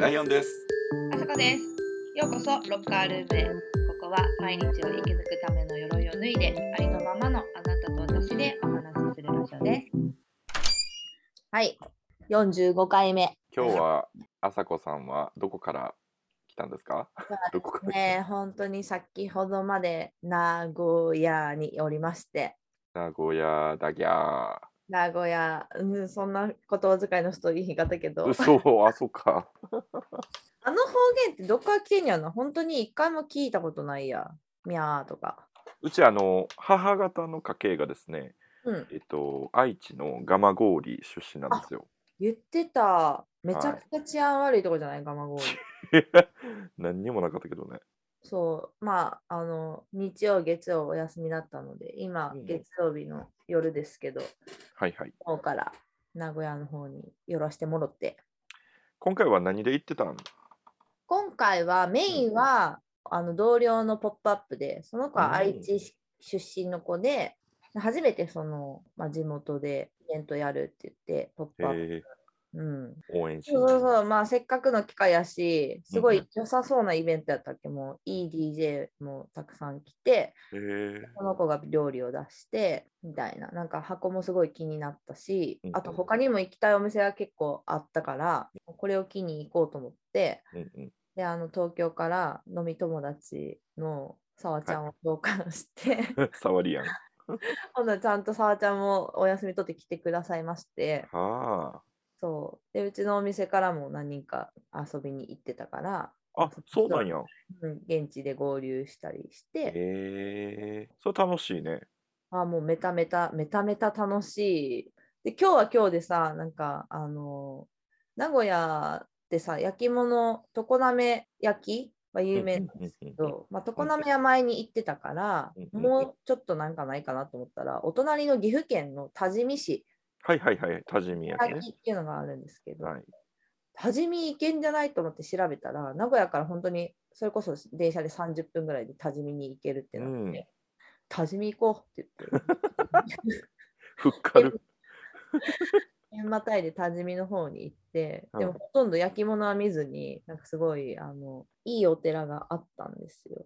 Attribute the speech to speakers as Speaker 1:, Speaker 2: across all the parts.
Speaker 1: ライオンです。
Speaker 2: あさこです。ようこそロッカールームへ。ここは毎日を生き抜くための鎧を脱いで、ありのままのあなたと私でお話しする場所です。はい、45回目。
Speaker 1: 今日はあさこさんはどこから来たんですか？どこから来た？
Speaker 2: ねえ、本当に先ほどまで名古屋におりまして、
Speaker 1: 名古屋だぎゃ
Speaker 2: 名古屋、うん、そんな言葉遣いの人言い方けど、
Speaker 1: ー。
Speaker 2: あの
Speaker 1: 嘘、あそっか。
Speaker 2: 方言ってどっから来てんやな本当に一回も聞いたことないや。みゃーとか。
Speaker 1: うちあの母方の家系がですね、
Speaker 2: うん、
Speaker 1: えっと愛知の蒲郡出身なんですよ。
Speaker 2: 言ってた。めちゃくちゃ治安悪いとこじゃな い、蒲郡。
Speaker 1: 何にもなかったけどね。
Speaker 2: そう、まあ、あの、日曜、月曜お休みだったので、今
Speaker 1: う、ん
Speaker 2: 月曜日の夜ですけど、
Speaker 1: はいはい。
Speaker 2: 今日から名古屋の方に寄らしてもろって。
Speaker 1: 今回は何で行ってたん？
Speaker 2: 今回はメインは、あの同僚のポップアップで、その子
Speaker 1: う
Speaker 2: は
Speaker 1: ん
Speaker 2: 愛知出身の子で、初めてその、まあ、地元でイベントやるって言って、ポップアップ。
Speaker 1: え
Speaker 2: うん、
Speaker 1: ー、応援しに
Speaker 2: そうそうそう、まあせっかくの機会やし、すご
Speaker 1: うんう
Speaker 2: い良さそうなイベントやったっけ、もういい DJ もたくさん来て、
Speaker 1: えー、
Speaker 2: この子が料理を出してみたいななんか箱もすごい気になったし、
Speaker 1: うんうん
Speaker 2: あと他にも行きたいお店が結構あったからこれを機に行こうと思って
Speaker 1: うんうん。
Speaker 2: であの東京から飲み友達のさわちゃんを同感して、
Speaker 1: 触りやん。
Speaker 2: ほんならちゃんとさわちゃんもお休み取って来てくださいまして
Speaker 1: は
Speaker 2: そうでうちのお店からも何人か遊びに行ってたから、
Speaker 1: あ。あ、そうなんや。
Speaker 2: うん、現地で合流したりして。
Speaker 1: ええー、それ楽しいね。
Speaker 2: あもうメタメタメタメタ楽しい。で今日は今日でさなんかあの名古屋ってさ焼き物常滑焼きは有名なんですけ
Speaker 1: うんうん
Speaker 2: ど、まあ、常滑は前に行ってたから、
Speaker 1: うんうん
Speaker 2: もうちょっとなんかないかなと思ったらお隣の岐阜県の多治見市
Speaker 1: はいはいはい、多治見焼きね
Speaker 2: 焼。きっていうのがあるんですけど
Speaker 1: はい。
Speaker 2: 多治見行けんじゃないと思って調べたら名古屋から本当にそれこそ電車で30分ぐらいで多治見に行けるってなって、
Speaker 1: うん
Speaker 2: 多治見行こうって言って。
Speaker 1: ふっかる。
Speaker 2: 県またいで多治見の方に行って、
Speaker 1: うん
Speaker 2: でもほとんど焼き物は見ずに、なんかすごい、あの、いいお寺があったんですよ。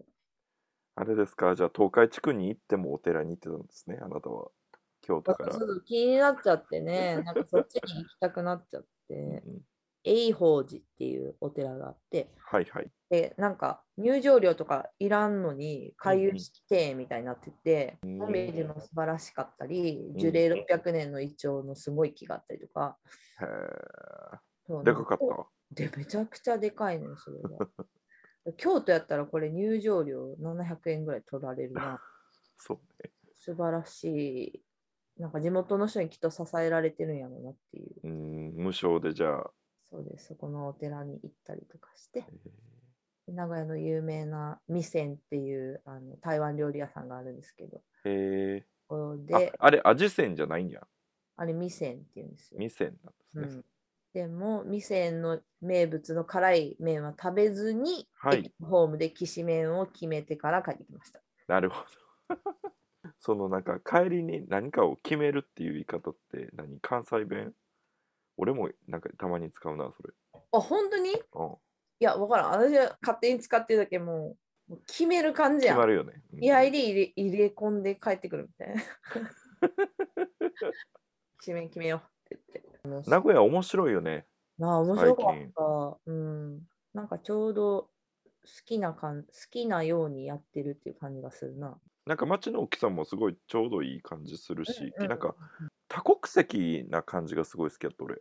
Speaker 1: あれですか、じゃあ東海地区に行ってもお寺に行ってたんですね、あなたは。京
Speaker 2: ちょ
Speaker 1: 都
Speaker 2: っ
Speaker 1: から。
Speaker 2: と気になっちゃってね、 なんかそっちに行きたくなっちゃっ
Speaker 1: うんう
Speaker 2: て、
Speaker 1: ん
Speaker 2: 永宝寺っていうお寺があって、
Speaker 1: はいはい。
Speaker 2: で、なんか入場料とかいらんのに、回遊式庭園みたいになってて、
Speaker 1: うん
Speaker 2: もみじも素晴らしかったり、
Speaker 1: ん
Speaker 2: 樹齢600年のイチョウのすごい木があったりとか、
Speaker 1: へ
Speaker 2: そう
Speaker 1: え。でかかっ
Speaker 2: なん
Speaker 1: た。
Speaker 2: で、めちゃくちゃでかいのよ、それが。京都やったらこれ入場料700円ぐらい取られるな。
Speaker 1: そうね。
Speaker 2: 素晴らしい。なんか地元の人にきっと支えられてるんやろうなっていう。
Speaker 1: うん、無償でじゃあ。
Speaker 2: そうです。そこのお寺に行ったりとかして
Speaker 1: え。ー
Speaker 2: 名古屋の有名な味仙っていうあの台湾料理屋さんがあるんですけど、
Speaker 1: へえ
Speaker 2: ここ
Speaker 1: あ
Speaker 2: で、
Speaker 1: あれ、味仙じゃないんや。
Speaker 2: あれ味仙っていうんですよ。
Speaker 1: 味仙な
Speaker 2: うん
Speaker 1: ですね。
Speaker 2: ん、でも味仙の名物の辛い麺は食べずに、
Speaker 1: はい
Speaker 2: 駅のホームできしめんを決めてから帰ってきました。
Speaker 1: なるほど。 そのなんか帰りに何かを決めるっていう言い方って何関西弁俺もなんかたまに使うなそれ。
Speaker 2: あ、本当にい
Speaker 1: うん、
Speaker 2: や、わからん。私は勝手に使ってるだけもう、もう決める感じ
Speaker 1: 決
Speaker 2: や
Speaker 1: ま
Speaker 2: ん。
Speaker 1: るよね。うん
Speaker 2: いや、入れ入れ入れ込んで帰ってくるみたいな。 決め決めようって言って。
Speaker 1: 名古屋面白いよね。
Speaker 2: なあ、面白か
Speaker 1: 最
Speaker 2: った。うん。なんかちょうど好きな感好きなようにやってるっていう感じがするな。
Speaker 1: なんか街の大きさもすごいちょうどいい感じするし、
Speaker 2: うんうん
Speaker 1: なんか多国籍な感じがすごい好きやった俺。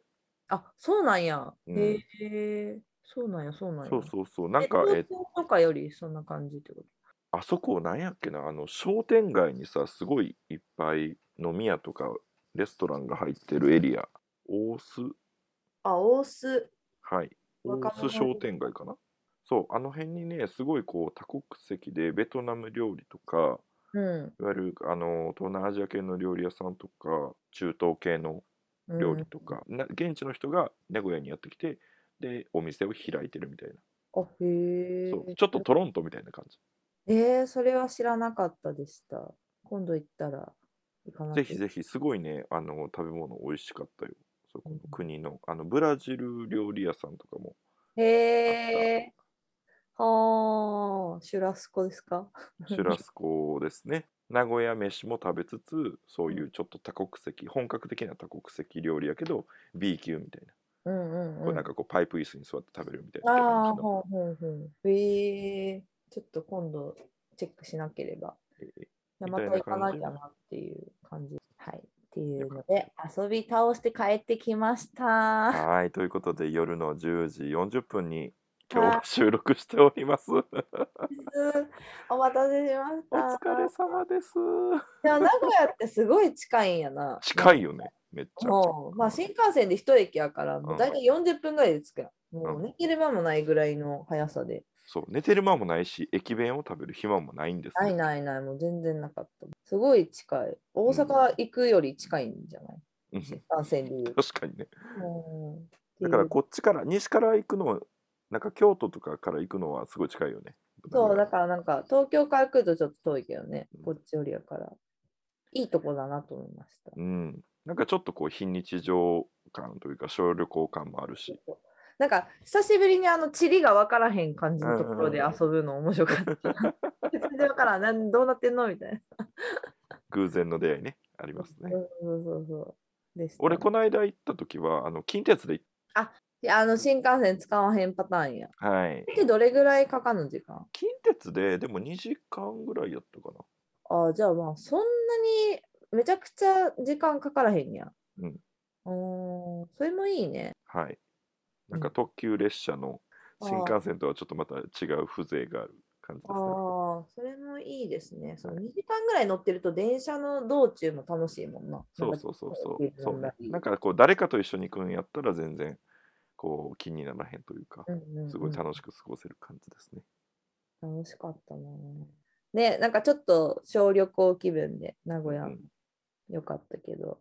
Speaker 2: あ、そうなんや。
Speaker 1: うん
Speaker 2: へえ、そうなんや、そうなんや。
Speaker 1: そうそうそう。なん
Speaker 2: え
Speaker 1: かえ
Speaker 2: 東京とかよりそんな感じってこと
Speaker 1: あそこなんやっけなあの商店街にさすごいいっぱい飲み屋とかレストランが入ってるエリア。大須
Speaker 2: あ、大須。
Speaker 1: はい。大
Speaker 2: 若
Speaker 1: 須
Speaker 2: 者
Speaker 1: 商店街かな。そうあの辺にねすごいこう多国籍でベトナム料理とか
Speaker 2: うん。
Speaker 1: いわゆるあの東南アジア系の料理屋さんとか中東系の料
Speaker 2: う
Speaker 1: 理
Speaker 2: ん
Speaker 1: とか、な現地の人が名古屋にやってきてでお店を開いてるみたいな、
Speaker 2: あ、へえ。
Speaker 1: そうちょっとトロントみたいな感じ、
Speaker 2: えー、それは知らなかったでした。今度行ったら行かな
Speaker 1: ぜ
Speaker 2: きゃ
Speaker 1: ひぜひすごいねあの食べ物美味しかったよそこ
Speaker 2: う
Speaker 1: の
Speaker 2: ん
Speaker 1: 国のあのブラジル料理屋さんとかもあ
Speaker 2: へえ。はあ、シュラスコですか
Speaker 1: シュラスコですね。名古屋飯も食べつつ、そういうちょっと多国籍、本格的な多国籍料理やけど、B 級みたいな。
Speaker 2: うんうん、
Speaker 1: こ
Speaker 2: う。
Speaker 1: うんなん
Speaker 2: あ
Speaker 1: かこうパイプ椅子に座って食べるみたいな
Speaker 2: あ
Speaker 1: 感
Speaker 2: ー、
Speaker 1: じの。
Speaker 2: ほうほうほう。へえ。ちょっと今度チェックしなければ。
Speaker 1: えー
Speaker 2: 大
Speaker 1: み
Speaker 2: 和
Speaker 1: たいな
Speaker 2: 行かな
Speaker 1: 感
Speaker 2: き
Speaker 1: じ
Speaker 2: ゃなっていう感じ。はい。っていうので、遊び倒して帰ってきました。
Speaker 1: はい、ということで夜の10時40分に今日は収録しております。お疲
Speaker 2: お待たせしました。
Speaker 1: れ様です。
Speaker 2: いや名古屋ってすごい近いんやな。
Speaker 1: 近いよね、めっちゃ。
Speaker 2: もう、まあ、新幹線で一駅やから、もう大体40分ぐらいで着くやん。も
Speaker 1: う
Speaker 2: うん寝てる間もないぐらいの速さで。
Speaker 1: そう、寝てる間もないし、駅弁を食べる暇もないんです
Speaker 2: ない
Speaker 1: よ。
Speaker 2: ないない、もう全然なかった。すごい近い。大阪行くより近いんじゃない、
Speaker 1: うん
Speaker 2: 新幹線で言うと。
Speaker 1: 確かにね。
Speaker 2: うん
Speaker 1: だから
Speaker 2: っていう
Speaker 1: こっちから、西から行くの、なんか京都とかから行くのはすごい近いよね。
Speaker 2: そう、だ
Speaker 1: ら。
Speaker 2: からなんか、東京から来るとちょっと遠いけどね
Speaker 1: うん、
Speaker 2: こっちよりやから。いいとこだなと思いました。
Speaker 1: うん。なんかちょっとこう、非日常感というか、小旅行感もあるし。
Speaker 2: なんか、久しぶりにあの、地理が分からへん感じのところで
Speaker 1: うんうん
Speaker 2: 遊ぶの面白かった。全然分からんなん、どうなってんのみたいな。
Speaker 1: 偶然の出会いね、ありますね
Speaker 2: そ。うそうそうそう。でした
Speaker 1: 俺、この間行った時は、あの、近鉄で行っ
Speaker 2: いやあの新幹線使わへんパターンや。
Speaker 1: はい。
Speaker 2: でどれぐらいかかるの時間
Speaker 1: 近鉄ででも2時間ぐらいやったか
Speaker 2: あじゃあまあそんなにめちゃくちゃ時間かからへんや。
Speaker 1: うん
Speaker 2: うーん。それもいいね。
Speaker 1: なはいなん
Speaker 2: う
Speaker 1: か
Speaker 2: ん
Speaker 1: 特急列車の
Speaker 2: あー
Speaker 1: 新幹線とはちょっとまた違う風情がある感じで
Speaker 2: ああ
Speaker 1: すね、
Speaker 2: それもいいですね。その2時間ぐらい乗ってると電車の道中も楽しいもんな。
Speaker 1: そうそうそうそ
Speaker 2: なんか
Speaker 1: うそうね
Speaker 2: いい
Speaker 1: なんかこう誰かと一緒に行くんやったら全然こう気にならへんというか
Speaker 2: うんうんうん
Speaker 1: すごい楽しく過ごせる感じですね、
Speaker 2: 楽しかったな。ね、なんかちょっと小旅行気分で名古屋、
Speaker 1: うん
Speaker 2: よかったけど。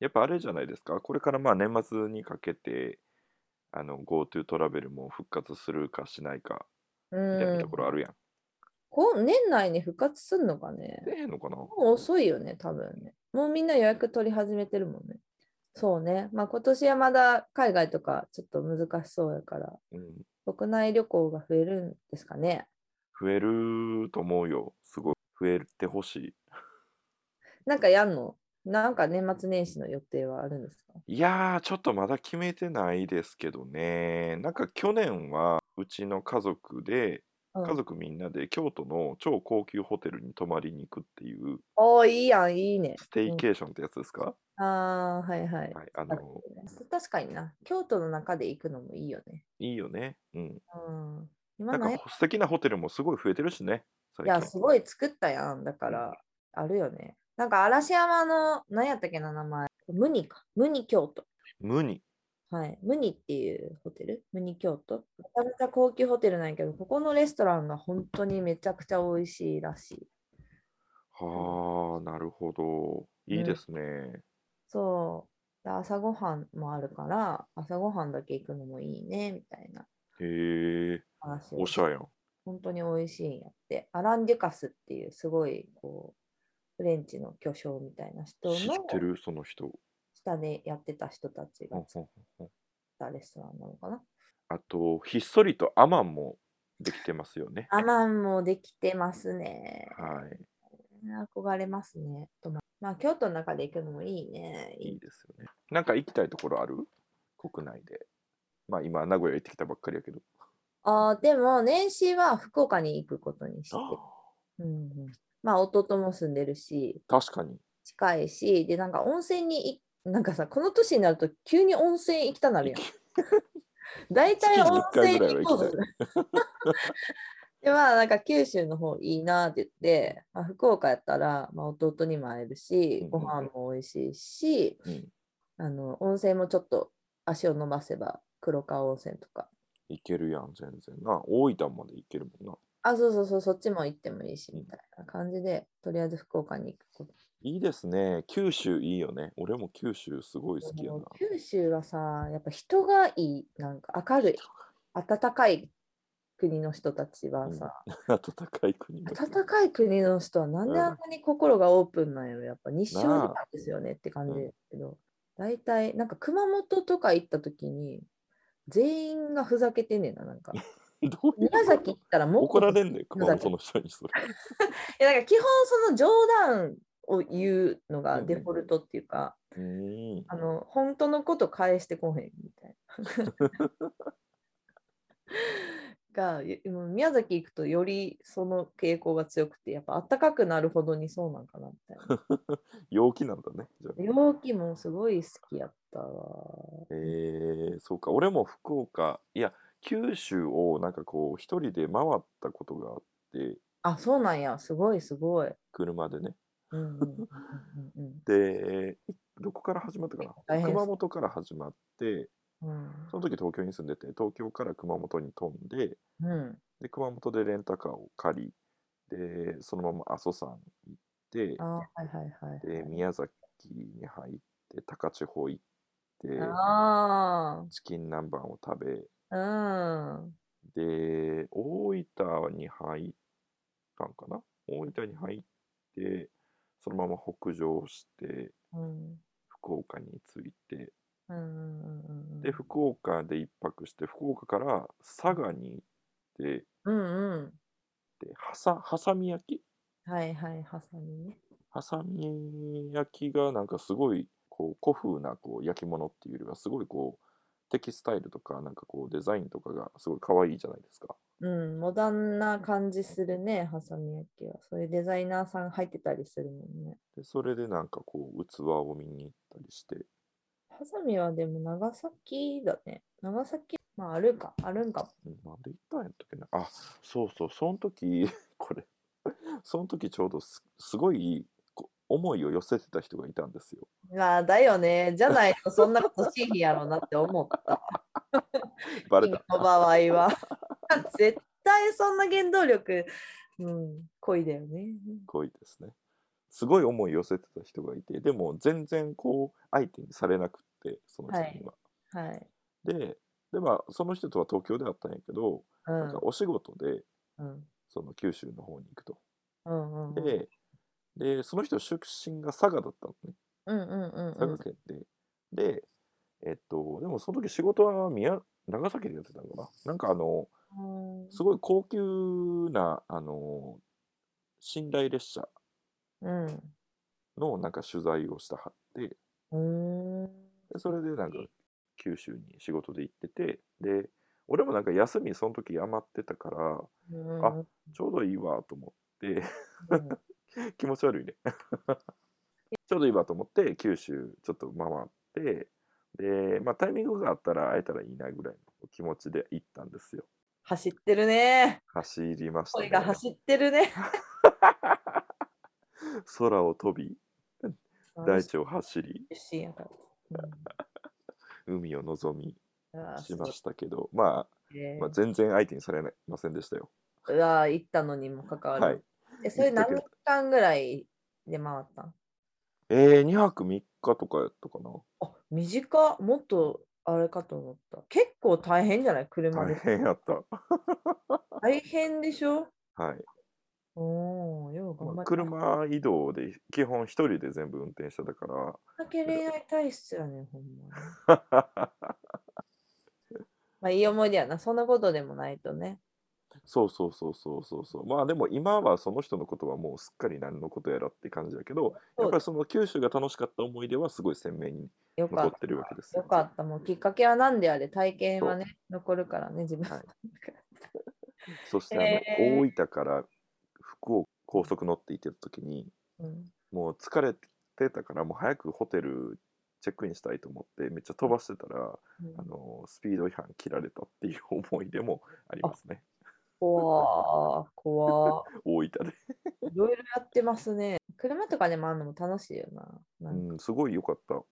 Speaker 1: やっぱあれじゃないですかこれからまあ年末にかけてあの GoTo トラベルも復活するかしないか
Speaker 2: う
Speaker 1: みたいなんとこ。ろあるやん、
Speaker 2: こう年内に復活すんのかね。
Speaker 1: 出へんのかな
Speaker 2: もう遅いよね、多分ね。もうみんな予約取り始めてるもんね。そうね。まあ今年はまだ海外とかちょっと難しそうやから、
Speaker 1: うん
Speaker 2: 国内旅行が増えるんですかね。
Speaker 1: 増えると思うよ。すごい。増えてほし
Speaker 2: なんかやんのなんか年末年始の予定はあるんですか
Speaker 1: い。いやー、ちょっとまだ決めてないですけどね。なんか去年は、うちの家族で、
Speaker 2: うん
Speaker 1: 家族みんなで京都の超高級ホテルに泊まりに行くっていう、
Speaker 2: おー、いいやん、いいね。
Speaker 1: ステイケーションってやつですか、
Speaker 2: ああ、はいはい。
Speaker 1: はい。あ
Speaker 2: あ
Speaker 1: の、
Speaker 2: 確かにな。京都の中で行くのもいいよね。
Speaker 1: いいよね。うん。
Speaker 2: うん。今
Speaker 1: なん
Speaker 2: な
Speaker 1: か
Speaker 2: んや
Speaker 1: 素敵なホテルもすごい増えてるしね。最
Speaker 2: いや、すごい作ったやん。だから、あるよね。なんか嵐山の、何やったっけな、名前。ムニか。ムニ京都。
Speaker 1: 無に。
Speaker 2: はい、ムニっていうホテル、ムニ京都。めちゃめちゃ高級ホテルなんやけど、ここのレストランが本当にめちゃくちゃ美味しいらしい。
Speaker 1: はあ、なるほど。いいですね。
Speaker 2: そう。で朝ごはんもあるから、朝ごはんだけ行くのもいいね、みたいな
Speaker 1: へえ、
Speaker 2: 話を
Speaker 1: お
Speaker 2: し。
Speaker 1: してゃやん。
Speaker 2: 本当に美味しいんやって。アラン・デュカスっていうすごい、こう、フレンチの巨匠みたいな人の
Speaker 1: 知ってるその人。
Speaker 2: 下でやってた人たち
Speaker 1: う
Speaker 2: が
Speaker 1: ん
Speaker 2: 作ったレストランなのかな。
Speaker 1: あと、ひっそりとアマンもできてますよね。
Speaker 2: アマンもできてますね。
Speaker 1: はい。
Speaker 2: 憧れますね。とままあ、京都の中で行くのもいいね。い
Speaker 1: い
Speaker 2: い
Speaker 1: いですよね。なんか行きたいところある国内で。まあ今、名古屋行ってきたばっかりやけど。
Speaker 2: あーでも、年始は福岡に行くことにして、うんうん、まあ、弟も住んでるし、
Speaker 1: 確かに。
Speaker 2: 近いし、で、なんか温泉にい、なんかさ、この年になると急に温泉行きたなるやん。大
Speaker 1: 月
Speaker 2: 体
Speaker 1: に
Speaker 2: 温
Speaker 1: 一回
Speaker 2: 泉
Speaker 1: ぐらいは
Speaker 2: に行こうと
Speaker 1: 行き
Speaker 2: する。 で、まあ、なんか九州の方いいなって言って、まあ、福岡やったら、まあ、弟にも会えるし、
Speaker 1: う
Speaker 2: ご
Speaker 1: んうんうん
Speaker 2: 飯も美味しいし、
Speaker 1: うん。
Speaker 2: あの温泉もちょっと足を伸ばせば黒川温泉とか
Speaker 1: 行けるやん、全然な。大分まで行けるもんな。
Speaker 2: あそうそうそうそっちも行ってもいいし
Speaker 1: うん
Speaker 2: みたいな感じでとりあえず福岡に行くこと
Speaker 1: いいですね。九州いいよね。俺も九州すごい好きやな。
Speaker 2: 九州はさやっぱ人がいいなんか明るい暖かい国の人たちはさ、
Speaker 1: 暖かい国の人
Speaker 2: 暖かい国の人はなんであんなに心がオープンなんやろやっぱ日照時間ですよねって感じですけど、大体なんか熊本とか行った時に全員がふざけてんねんな、なん か。
Speaker 1: どういう
Speaker 2: 宮崎行ったらもっと
Speaker 1: 怒られんねん、熊
Speaker 2: 宮崎
Speaker 1: 本の人にそれ。
Speaker 2: いやだから基本その冗談を言うのがデフォルトっていうか、
Speaker 1: うーん。
Speaker 2: あの本当のこと返してこへんみたいな。がゆもう宮崎行くとよりその傾向が強くてやっぱ暖かくなるほどにそうなんかなみたいな。
Speaker 1: 陽気なんだね。じゃあ
Speaker 2: 陽気もすごい好きやったわ。
Speaker 1: えー、そうか。俺も福岡、いや、九州をなんかこう、一人で回ったことがあって、
Speaker 2: あそうなんやすごいすごい。
Speaker 1: 車でね。
Speaker 2: うんうんうんうん
Speaker 1: で、いどこから始まったか
Speaker 2: 大
Speaker 1: な
Speaker 2: 変です
Speaker 1: 熊本から始まって、
Speaker 2: うん
Speaker 1: その時東京に住んでて、東京から熊本に飛んで、
Speaker 2: うんうん
Speaker 1: で、熊本でレンタカーを借り、で、そのまま阿蘇山行って
Speaker 2: あ、はいはいはい。
Speaker 1: で、宮崎に入って、高千穂行って、
Speaker 2: あ
Speaker 1: チキン南蛮を食べ、
Speaker 2: あうん。
Speaker 1: で、大分に入ったんかな大分に入って、そのまま北上して、
Speaker 2: うん
Speaker 1: 福岡に着いて、
Speaker 2: うんうんうん
Speaker 1: で、福岡で一泊して、福岡から佐賀に行って、
Speaker 2: うんうん
Speaker 1: で、はさ、はさみ焼き
Speaker 2: はいはいハサミね
Speaker 1: はさみ焼きがなんかすごい、こう、古風なこう焼き物っていうよりは、すごいこう、テキスタイルとか、なんかこう、デザインとかがすごい可愛いじゃないですか。
Speaker 2: うんモダンな感じするねハサミ焼きはそういうデザイナーさん入ってたりするもんね
Speaker 1: で、それでなんかこう、器を見に行ったりして、
Speaker 2: ハサミはでも長崎だね長崎まああるかあるんか
Speaker 1: うんなんで行ったんやったっけな。あ、そうそう、その時、 これ、その時ちょうどすすごいこ思いを寄せてた人がいたんですよ。
Speaker 2: ああだよねじゃないとそんなことしい日やろうなって 思った
Speaker 1: バレ
Speaker 2: 君の
Speaker 1: た。
Speaker 2: 場合は 絶対そんな原動力うん恋だよね
Speaker 1: 恋ですね。すごい思い寄せてた人がいて、でも全然こう、相手にされなくって、その人には。
Speaker 2: はい
Speaker 1: で、でまあ、その人とは東京であったんやけど、
Speaker 2: う
Speaker 1: なん
Speaker 2: ん
Speaker 1: かお仕事で、
Speaker 2: うん
Speaker 1: その九州の方に行くと。
Speaker 2: うんうんうん
Speaker 1: で、で、その人出身が佐賀だったのね。
Speaker 2: うんうんう
Speaker 1: 佐賀
Speaker 2: ん
Speaker 1: 県で。で、えっと、でもその時仕事は宮長崎でやってたのかな。なんかあの、
Speaker 2: うん
Speaker 1: すごい高級な、あの、寝台列車
Speaker 2: うん
Speaker 1: のなんか取材をしたはって、
Speaker 2: うーん。
Speaker 1: でそれでなんか九州に仕事で行ってて、で、俺もなんか休みその時余ってたから、
Speaker 2: うんうん
Speaker 1: ちょうどいいわと思って、気持ち悪い ね。ちょうどいいわと思って、九州ちょっと回って、で、まあタイミングがあったら会えたらいいなぐらいの気持ちで行ったんですよ。
Speaker 2: 走ってるね。
Speaker 1: 走りました、ね
Speaker 2: 声。が走ってるね。
Speaker 1: 空を飛び、大地を走り、
Speaker 2: 嬉しいやから。
Speaker 1: 海を望み
Speaker 2: うんうわー
Speaker 1: しましたけど、ま
Speaker 2: すごい
Speaker 1: あ、
Speaker 2: ね
Speaker 1: まあ、全然相手にされませんでしたよ。
Speaker 2: うわー行ったのにもかかわら
Speaker 1: は
Speaker 2: ず
Speaker 1: い。。
Speaker 2: え、それ
Speaker 1: 行った
Speaker 2: 何
Speaker 1: けど
Speaker 2: 時間ぐらいで回ったん
Speaker 1: えー、2泊3日とかやったか
Speaker 2: あ、短っもっとあれかと思った。結構大変じゃない車
Speaker 1: な。
Speaker 2: で
Speaker 1: 大。変やった。
Speaker 2: 大変でしょ
Speaker 1: はい。
Speaker 2: おお、よう頑張
Speaker 1: まあ
Speaker 2: った。
Speaker 1: 車移動で基本一人で全部運転してたから、
Speaker 2: だけ恋愛体質やね、ほんまに。
Speaker 1: 笑
Speaker 2: まあいい思い出やな。そんなことでもないとね。
Speaker 1: そうそうそうそうそうそうまあでも今はその人のことはもうすっかり何のことやらって感じだけどやっ
Speaker 2: そう
Speaker 1: ぱ
Speaker 2: だ
Speaker 1: りその九州が楽しかった思い出はすごい鮮明に
Speaker 2: よか
Speaker 1: 残
Speaker 2: っ
Speaker 1: ってるわけです
Speaker 2: よ
Speaker 1: よ。
Speaker 2: かった。もうきっかけは何であれ、体験はね、残るからね、自分。
Speaker 1: はい
Speaker 2: だ
Speaker 1: そしてあの、
Speaker 2: へー
Speaker 1: 大分から福岡高速乗って行ってた時に
Speaker 2: うん、
Speaker 1: もう疲れてたからもう早くホテルチェックインしたいと思ってめっちゃ飛ばしてたら、
Speaker 2: うん
Speaker 1: あのスピード違反切られたっていう思い出もありますね
Speaker 2: 怖ー、怖
Speaker 1: 大分で。
Speaker 2: ー。いろいろやってますね。車とかで回るのも楽しいよな。なんか
Speaker 1: うん、すごい良かった。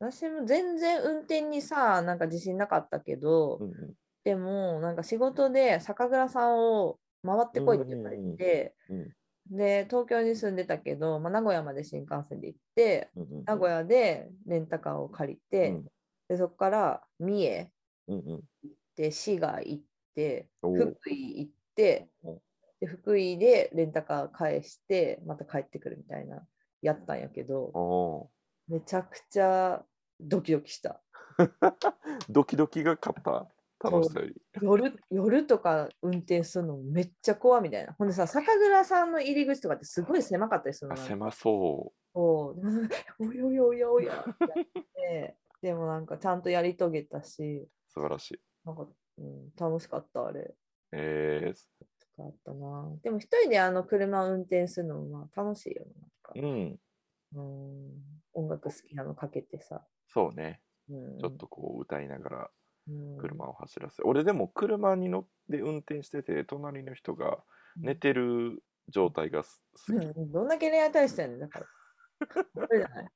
Speaker 2: 私も全然運転にさ、なんか自信なかったけど、
Speaker 1: うんうん
Speaker 2: でも、なんか仕事で酒蔵さんを回ってこいって言われて、
Speaker 1: うんうん
Speaker 2: で、東京に住んでたけど、まあ、名古屋まで新幹線で行って、
Speaker 1: うんうんうん
Speaker 2: 名古屋でレンタカーを借りて、
Speaker 1: うん
Speaker 2: でそこから三重、
Speaker 1: うんうん
Speaker 2: で滋賀行って
Speaker 1: おう
Speaker 2: 福井行って
Speaker 1: うん
Speaker 2: で福井でレンタカー返してまた帰ってくるみたいなやったんやけど
Speaker 1: ああ
Speaker 2: めちゃくちゃドキドキした
Speaker 1: ドキドキが勝った楽しさより。
Speaker 2: 夜夜とか運転するのめっちゃ怖いみたいな。ほんでさ、酒蔵さんの入り口とかってすごい狭かったりするの
Speaker 1: あ
Speaker 2: なんか
Speaker 1: 狭そ
Speaker 2: そう でもなんかおやおやおやおやってやってでもなんかちゃんとやり遂げたし、
Speaker 1: う。素晴らしい。
Speaker 2: なんか、うん、楽しかった、あれ。
Speaker 1: え
Speaker 2: とかあったな。でも一人であの車を運転するのもまあ楽しいよね
Speaker 1: ー、
Speaker 2: なんか、
Speaker 1: うん。
Speaker 2: うん。音楽好きなのかけてさ。
Speaker 1: そうね。
Speaker 2: うん、
Speaker 1: ちょっとこう歌いながら
Speaker 2: うん
Speaker 1: 車を走らせ、俺でも車に乗って運転してて隣の人が寝てる状態がす好き、
Speaker 2: うんどんだけ恋愛対してんのだから。それじゃない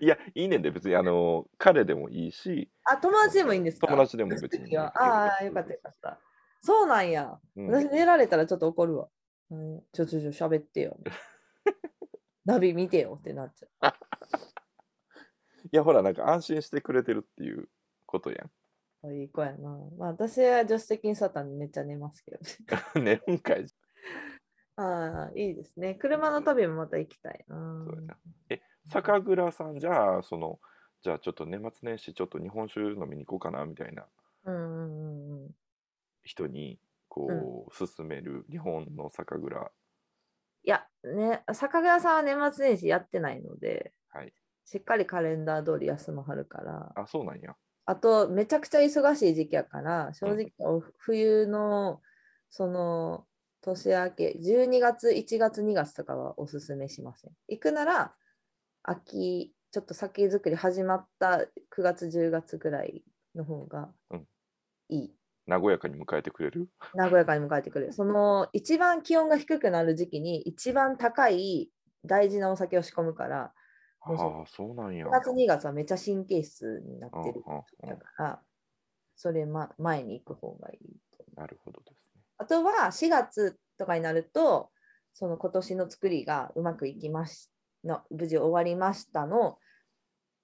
Speaker 1: いやいいねんで別にあの彼でもいいし
Speaker 2: あ、友達でもいいんですか
Speaker 1: 友達でも別にいい
Speaker 2: いやああ、よかったよかった。そうなんや。
Speaker 1: うん
Speaker 2: 私寝られたらちょっと怒るわ。うん、ちょちょちょ喋っ てよ。ナビ見てよってなっちゃ
Speaker 1: いやほらなんか安心してくれてるっていうことや
Speaker 2: う。あいい子やな。まあ私は助手席に座ったんでめっちゃ寝ますけ ど。
Speaker 1: ん寝るんかい
Speaker 2: ああ、いいですね。車の旅もまた行きたいな。
Speaker 1: そうやな酒蔵さんじゃあそのじゃあちょっと年末年始ちょっと日本酒飲みに行こうかなみたいな
Speaker 2: うんうんうんうん。
Speaker 1: 人にこう勧める日本の酒蔵
Speaker 2: いや、ね、酒蔵さんは年末年始やってないので、
Speaker 1: はい
Speaker 2: しっかりカレンダー通り休まはるから、
Speaker 1: あそうなんや
Speaker 2: あと、めちゃくちゃ忙しい時期やから、正直、お冬の、その、年明け、12月、1月、2月とかはおすすめしません。行くなら、秋、ちょっと酒造り始まった9月、10月ぐらいの方が
Speaker 1: うん
Speaker 2: いい。
Speaker 1: 和やかに迎えてくれる
Speaker 2: 名古屋から迎えてくる。その、一番気温が低くなる時期に、一番高い大事なお酒を仕込むから、
Speaker 1: ああ
Speaker 2: もうそ
Speaker 1: ーそうなんや
Speaker 2: 9月、2月はめっちゃ神経質になってる。
Speaker 1: うんうんう
Speaker 2: だ
Speaker 1: ん
Speaker 2: から、それ、ま、前に行く方がいいと。
Speaker 1: なるほどですね
Speaker 2: あとは4月とかになると、その今年の作りがうまくいきましの無事終わりましたの、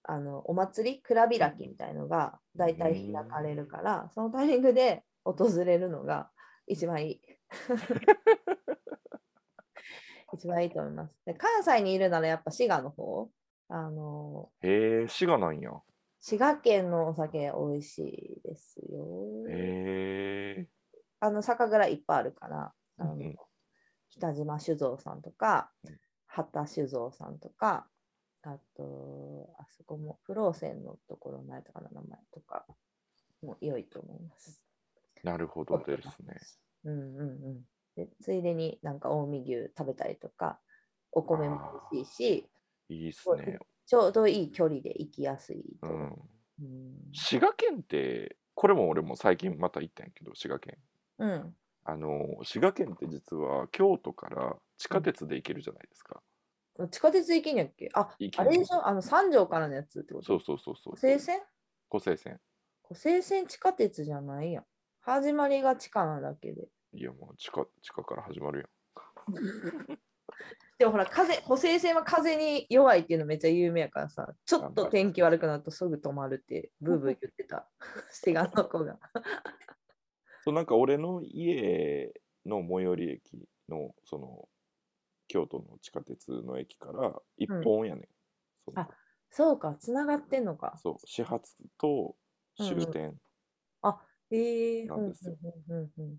Speaker 2: あのお祭り、蔵開きみたいのが大体開かれるから、そのタイミングで訪れるのが一番いい。一番いいと思います。で関西にいるならやっぱ滋賀の方、あの
Speaker 1: へえ滋賀なんや
Speaker 2: 滋賀県のお酒美味しいですよ。
Speaker 1: へえ
Speaker 2: あの酒蔵いっぱいあるから、あの
Speaker 1: うんうん
Speaker 2: 北島酒造さんとか、畑酒造さんとか、あと、あそこも不老泉のところのやつかな、名前とか、も良いと思います。
Speaker 1: なるほどですね
Speaker 2: うんうんうん。でついでになんか近江牛食べたりとか、お米も美味しいし、
Speaker 1: いいっすね
Speaker 2: ちょうどいい距離で行きやすいと
Speaker 1: う
Speaker 2: 思
Speaker 1: ん
Speaker 2: う。うん。
Speaker 1: 滋賀県ってこれも俺も最近また行ったんやけど滋賀県
Speaker 2: うん。
Speaker 1: あの滋賀県って実は京都から地下鉄で行けるじゃないですか、
Speaker 2: 地下鉄行けんやっけあ
Speaker 1: 行、け
Speaker 2: あ
Speaker 1: ん
Speaker 2: れでしょあの三条からのやつってこと
Speaker 1: そうそうそうそう
Speaker 2: 生鮮
Speaker 1: 湖西線
Speaker 2: 湖西線地下鉄じゃないやん。始まりが地下なだけで。
Speaker 1: いやもう地下地下から始まる
Speaker 2: でもほら、風、湖西線は風に弱いっていうのめっちゃ有名やからさ、ちょっと天気悪くなるとすぐ止まるって、ブーブー言って た。滋賀の子が。
Speaker 1: やんそうなんか俺の家の最寄り駅のその京都の地下鉄の駅から一本やねん、その
Speaker 2: あそうか、つながってんのか。
Speaker 1: そう始発と終点、
Speaker 2: へえ
Speaker 1: なんですよ
Speaker 2: うんうんうん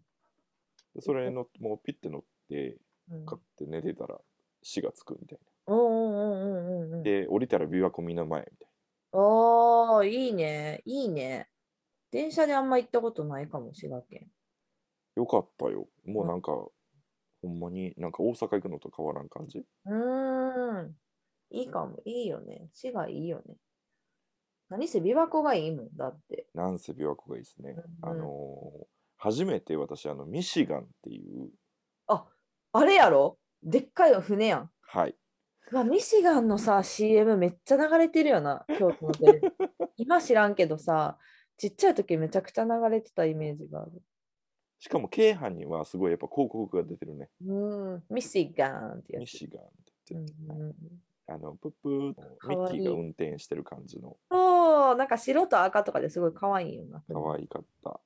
Speaker 1: でそれのもうピッて乗って
Speaker 2: うんうん
Speaker 1: 買って寝てたら死がつくみたい
Speaker 2: おーおーおーおーおーお
Speaker 1: な
Speaker 2: ー
Speaker 1: で降りたら琵琶湖見の前みたい
Speaker 2: おーいいね、いいね。電車であんま行ったことないかも、滋賀県。
Speaker 1: なよかったよもうなんか、ほんまになんか大阪行くのと変わらん感じ
Speaker 2: うーん。いいかも。いいよね。滋賀いいよね。何せ琵琶湖がいいもんだって。
Speaker 1: なんせ琵琶湖がいいですね、
Speaker 2: うん
Speaker 1: あのー初めて私あのミシガンっていう
Speaker 2: あ、あれやろでっかい船やん。
Speaker 1: はいう
Speaker 2: わ、ミシガンのさ、CM めっちゃ流れてるよな、京都のテレ ビ。今知らんけどさ、ちっちゃい時めちゃくちゃ流れてたイメージがある。
Speaker 1: しかも京阪にはすごいやっぱ広告が出てるね
Speaker 2: うーん、ミシガンってや
Speaker 1: ミ
Speaker 2: つ。
Speaker 1: シガンって
Speaker 2: う
Speaker 1: 言
Speaker 2: ん
Speaker 1: って、
Speaker 2: うん、
Speaker 1: あのプップーの
Speaker 2: か
Speaker 1: ミッ
Speaker 2: わ
Speaker 1: キ
Speaker 2: いい
Speaker 1: ーが運転してる感じの
Speaker 2: そう、なんか白と赤とかですごい可愛いよな。
Speaker 1: 可愛かった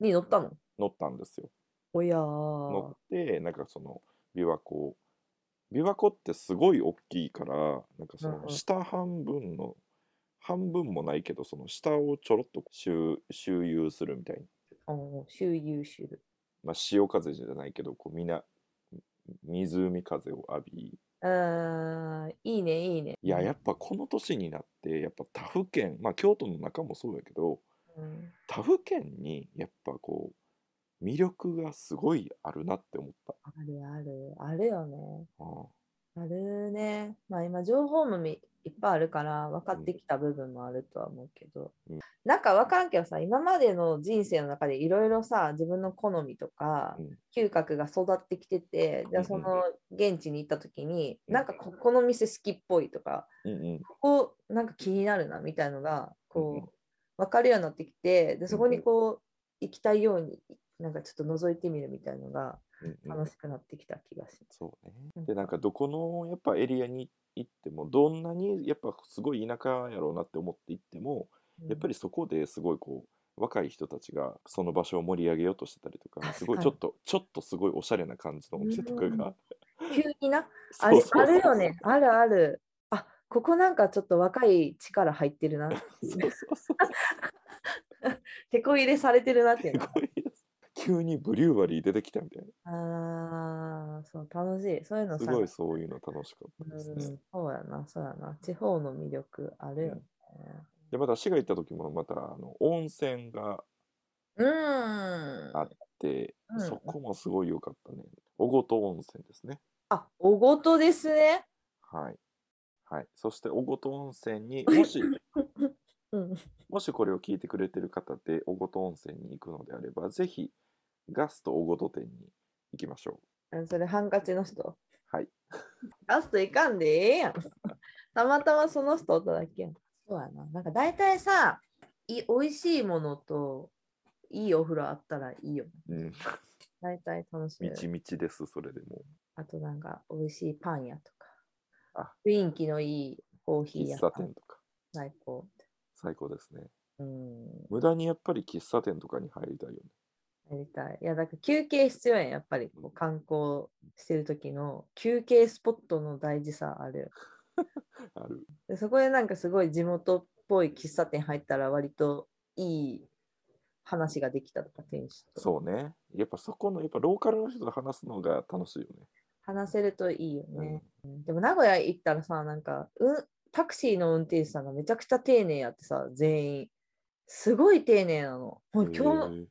Speaker 2: に乗ったの
Speaker 1: 乗ったんですよ
Speaker 2: おや
Speaker 1: 乗
Speaker 2: ー
Speaker 1: っ。てなんかその琵琶湖琵琶湖ってすごい大きいからなんかそ
Speaker 2: うんう
Speaker 1: の
Speaker 2: ん
Speaker 1: 下半分の半分もないけどその下をちょろっと周周遊するみたいな、
Speaker 2: おー周遊する。
Speaker 1: まあ、潮風じゃないけどこうみな湖風を浴び
Speaker 2: うーん、いいね、いいね。
Speaker 1: いややっぱこの年になってやっぱ他府県まあ京都の中もそうやけど
Speaker 2: うん
Speaker 1: 他府県にやっぱこう魅力がすごいあるなって思った。
Speaker 2: あるある、あるよね。
Speaker 1: うん
Speaker 2: あるね。まあ今、情報もみいっぱいあるから、分かってきた部分もあるとは思うけど、
Speaker 1: うん
Speaker 2: なんか分からんけどさ、今までの人生の中でいろいろさ、自分の好みとか、
Speaker 1: うん
Speaker 2: 嗅覚が育ってきてて、じゃあその現地に行った時に、なんかここの店好きっぽいとか、
Speaker 1: うんうん
Speaker 2: ここなんか気になるなみたいのが
Speaker 1: うんうん
Speaker 2: こう分かるようになってきてでそこ
Speaker 1: う
Speaker 2: に
Speaker 1: ん
Speaker 2: こう行きたいようになんかちょっと覗いてみるみたいのが
Speaker 1: うんうん
Speaker 2: 楽しくなってきた気がし
Speaker 1: そうね。
Speaker 2: ます。
Speaker 1: でなんかどこのやっぱエリアに行ってもどんなにやっぱすごい田舎やろうなって思って行っても
Speaker 2: うん
Speaker 1: やっぱりそこですごいこう若い人たちがその場所を盛り上げようとしてたりとか
Speaker 2: 確かに
Speaker 1: すごいちょっとちょっとすごいおしゃれな感じのお店とか
Speaker 2: うん
Speaker 1: が
Speaker 2: 急になあ
Speaker 1: そうそ
Speaker 2: れ
Speaker 1: うそう
Speaker 2: あるよねあるあるあここなんかちょっと若い力入っ てるな
Speaker 1: そうそうそう
Speaker 2: 手こ入れされてるなっていうの
Speaker 1: すごい 急にブリュワリー出てきたみたい
Speaker 2: あーそう楽しいそういう
Speaker 1: な
Speaker 2: の
Speaker 1: す
Speaker 2: さ
Speaker 1: ごいそういうの楽しかった
Speaker 2: う
Speaker 1: です
Speaker 2: ん
Speaker 1: ね。
Speaker 2: そうやなそうやな地方の魅力あるよね
Speaker 1: でまた滋賀行った時もまたあの温泉が
Speaker 2: うん
Speaker 1: あって
Speaker 2: うん
Speaker 1: そこもすごい良かったね。小琴温泉ですね。
Speaker 2: あ、おごとですね。
Speaker 1: はい。はい。そして、小琴温泉 に、もし、
Speaker 2: うん。
Speaker 1: もしこれを聞いてくれてる方で、小琴温泉に行くのであれば、ぜひ、ガスト小琴店に行きましょ
Speaker 2: あそれハンカチの人。
Speaker 1: はい。
Speaker 2: ラストいかんでええやん。 たまたまその人おっただけやん。そうやな。なんか大体さ、い美味しいものといいお風呂あったらいいよね。
Speaker 1: う。うん。
Speaker 2: 大体楽しめ
Speaker 1: み
Speaker 2: る。
Speaker 1: ちみちです、それでも
Speaker 2: あとなんか美味しいパン屋とか
Speaker 1: あ。
Speaker 2: 雰囲気のいいコー
Speaker 1: う。
Speaker 2: ヒー
Speaker 1: 喫
Speaker 2: 屋
Speaker 1: 茶店とか、
Speaker 2: 最高。
Speaker 1: 最高ですね。
Speaker 2: うん。
Speaker 1: 無駄にやっぱり喫茶店とかに入りたいよね。
Speaker 2: やりたい。いや、だから休憩必要やん。やっぱりこう観光してる時の休憩スポットの大事さあるよ。
Speaker 1: ある。
Speaker 2: でそこでなんかすごい地元っぽい喫茶店入ったら割といい話ができたとか店主と
Speaker 1: そうね。やっぱそこの、やっぱローカルの人と話すのが楽しいよね。
Speaker 2: 話せるといいよ
Speaker 1: うん
Speaker 2: ね、でも名古屋行ったらさなんか、うん、タクシーの運転手さんがめちゃくちゃ丁寧やってさ全員すごい丁寧なのもう今日の、
Speaker 1: へえ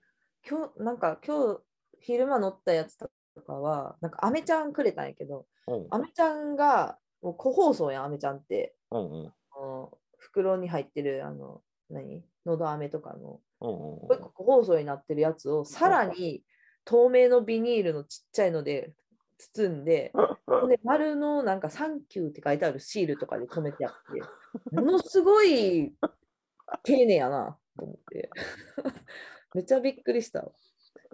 Speaker 2: 今日なんか今日昼間乗ったやつとかはなんかアメちゃんくれたんやけど
Speaker 1: うん
Speaker 2: アメちゃんがもう個包装やんアメちゃんって
Speaker 1: うんうん
Speaker 2: あの袋に入ってるあの何のど飴とかの
Speaker 1: うんうん
Speaker 2: もう一個個包装になってるやつをさらに透明のビニールのちっちゃいので包んで、ほんで丸のなんか「サンキュー」って書いてあるシールとかで留めてあって、ものすごい丁寧やなと思って、 めっちゃびっくりした。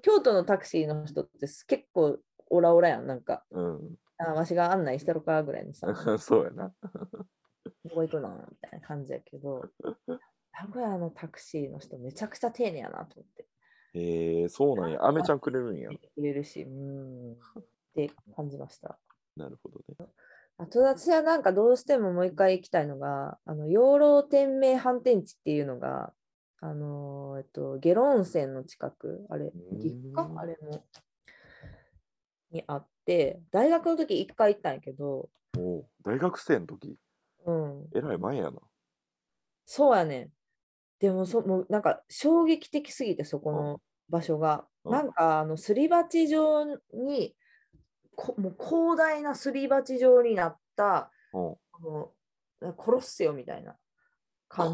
Speaker 2: 京都のタクシーの人って結構オラオラやん、なんか、
Speaker 1: うん。
Speaker 2: あわしが案内したろかぐらいの さ、
Speaker 1: うん。 そうやな。
Speaker 2: どこ行くのみたいな感じやけど、名古屋のタクシーの人、めちゃくちゃ丁寧やなと思って。
Speaker 1: へえそうなんや。アメちゃんくれるんや。
Speaker 2: くれるし、うん、って感じました。
Speaker 1: なるほどね。
Speaker 2: あと私はなんかどうしてももう一回行きたいのが、あの養老天明反転地っていうのが、あのーえっと、下呂温泉の近く、あれ、岐阜
Speaker 1: う
Speaker 2: か
Speaker 1: ん
Speaker 2: あれも、にあって、大学の時一回行ったんやけど、
Speaker 1: おう大学生の時
Speaker 2: うん、
Speaker 1: えらい前やな。
Speaker 2: そうやねん。でもそ、もうなんか衝撃的すぎて、そこの場所
Speaker 1: う
Speaker 2: が。
Speaker 1: ん
Speaker 2: なんかあのすり鉢状にこ、もう広大なすり鉢状になった、
Speaker 1: うん。
Speaker 2: あの殺すよみたいな 感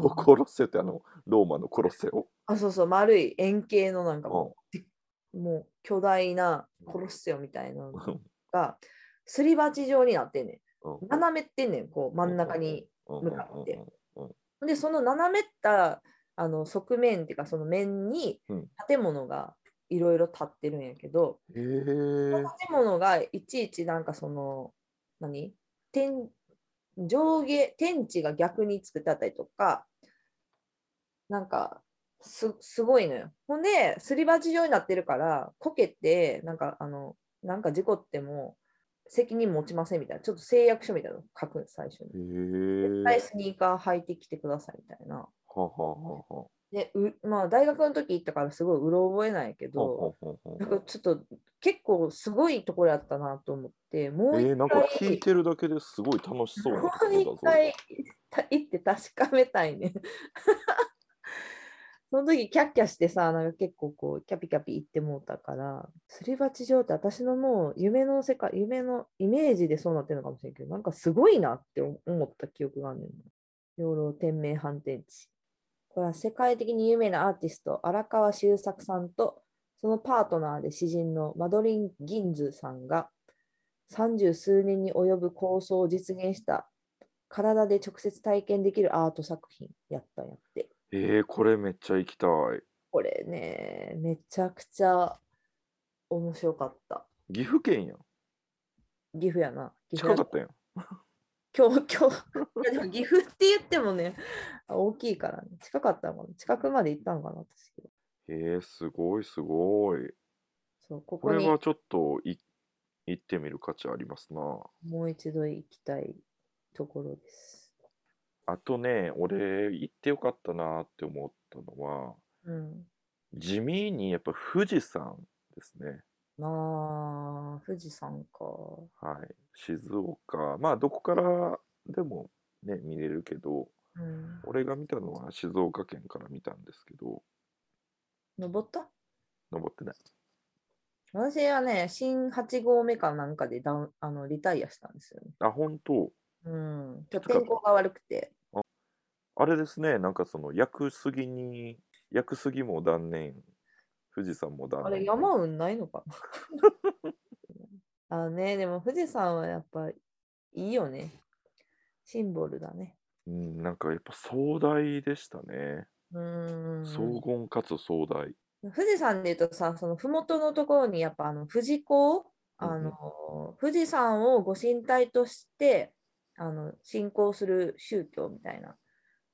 Speaker 2: じ。
Speaker 1: コロッセオってあのローマのコロッセオ。
Speaker 2: あ、そうそう、丸い円形のなんかも
Speaker 1: う
Speaker 2: う、もう巨大な殺すよみたいなの
Speaker 1: んうん
Speaker 2: が、すり鉢状になってんね
Speaker 1: うん
Speaker 2: ん。斜めってんねん、こう真ん中に。
Speaker 1: うん
Speaker 2: 向かって
Speaker 1: うん
Speaker 2: でその斜めったあの側面っていうかその面に
Speaker 1: うん
Speaker 2: 建物がいろいろ建ってるんやけど、
Speaker 1: うんうんへえ。
Speaker 2: 建物がいちいちなんかその何天上下天地が逆に作ってあったりとかなんかすすごいのよ。ほんですり鉢状になってるからこけてなんかあのなんか事故っても責任持ちませんみたいな、ちょっと誓約書みたいなの書くんです、最初に。
Speaker 1: へ
Speaker 2: 絶
Speaker 1: え
Speaker 2: 対。スニーカー履いてきてくださいみたいな。
Speaker 1: はあはあはあはあ。
Speaker 2: で、うまあ、大学の時行ったからすごいうろ覚えないけ
Speaker 1: ほう
Speaker 2: ど、
Speaker 1: ほうほう
Speaker 2: なん
Speaker 1: ほ
Speaker 2: か
Speaker 1: う
Speaker 2: ちょっと結構すごいところやったなと思って、もう
Speaker 1: え
Speaker 2: 一
Speaker 1: ー、なんか聞い
Speaker 2: 回、
Speaker 1: てるだけですごい楽しそうな
Speaker 2: も
Speaker 1: ところだ
Speaker 2: う一
Speaker 1: ぞ。
Speaker 2: 回た行って確かめたいね。 その時キャッキャしてさ、なんか結構こう、キャピキャピ言ってもうたから、すり鉢状って私のもう夢の世界、夢のイメージでそうなってるのかもしれんけど、なんかすごいなって思った記憶があるねんな。養老天命反転地。これは世界的に有名なアーティスト、荒川修作さんと、そのパートナーで詩人のマドリン・ギンズさんが、三十数年に及ぶ構想を実現した、体で直接体験できるアート作品やったんやって。
Speaker 1: えー、これめっちゃ行きたい。
Speaker 2: これね、めちゃくちゃ面白かった。
Speaker 1: 岐阜県やん。
Speaker 2: 岐阜やな。岐
Speaker 1: 近
Speaker 2: 阜
Speaker 1: か
Speaker 2: や
Speaker 1: ったやん。
Speaker 2: 今日、今日、いやでも岐阜って言ってもね、大きいからね、近かったのかな。近くまで行ったのかな、私。
Speaker 1: えー、すごいすごい。
Speaker 2: そう、こ
Speaker 1: こ
Speaker 2: こ
Speaker 1: れ
Speaker 2: に
Speaker 1: はちょっとい行ってみる価値ありますな。
Speaker 2: もう一度行きたいところです。
Speaker 1: あとね、俺行ってよかったなって思ったのは、
Speaker 2: うん。
Speaker 1: 地味にやっぱ富士山ですね。
Speaker 2: まあ、富士山か。
Speaker 1: はい。静岡。まあどこからでもね、見れるけど、
Speaker 2: うん。
Speaker 1: 俺が見たのは静岡県から見たんですけど、
Speaker 2: 登った
Speaker 1: 登ってない。
Speaker 2: 私はね、新8合目かなんかでダウンあのリタイアしたんですよね。
Speaker 1: あ、本当。
Speaker 2: うん。ちょっ
Speaker 1: きつ
Speaker 2: と
Speaker 1: かった
Speaker 2: 天候が悪くて。
Speaker 1: あれですね、なんかその屋久杉に、屋久杉も断念、富士山も断
Speaker 2: あ
Speaker 1: 念。
Speaker 2: れ、山運ないのかな あのね、でも富士山はやっぱいいよね。シンボルだね。
Speaker 1: うん、なんかやっぱ壮大でしたね。
Speaker 2: うーん。
Speaker 1: 荘厳かつ壮大。
Speaker 2: 富士山で言うとさ、その麓のところにやっぱあの富士
Speaker 1: う
Speaker 2: 港、
Speaker 1: んうん
Speaker 2: あの富士山をご神体としてあの信仰する宗教みたいな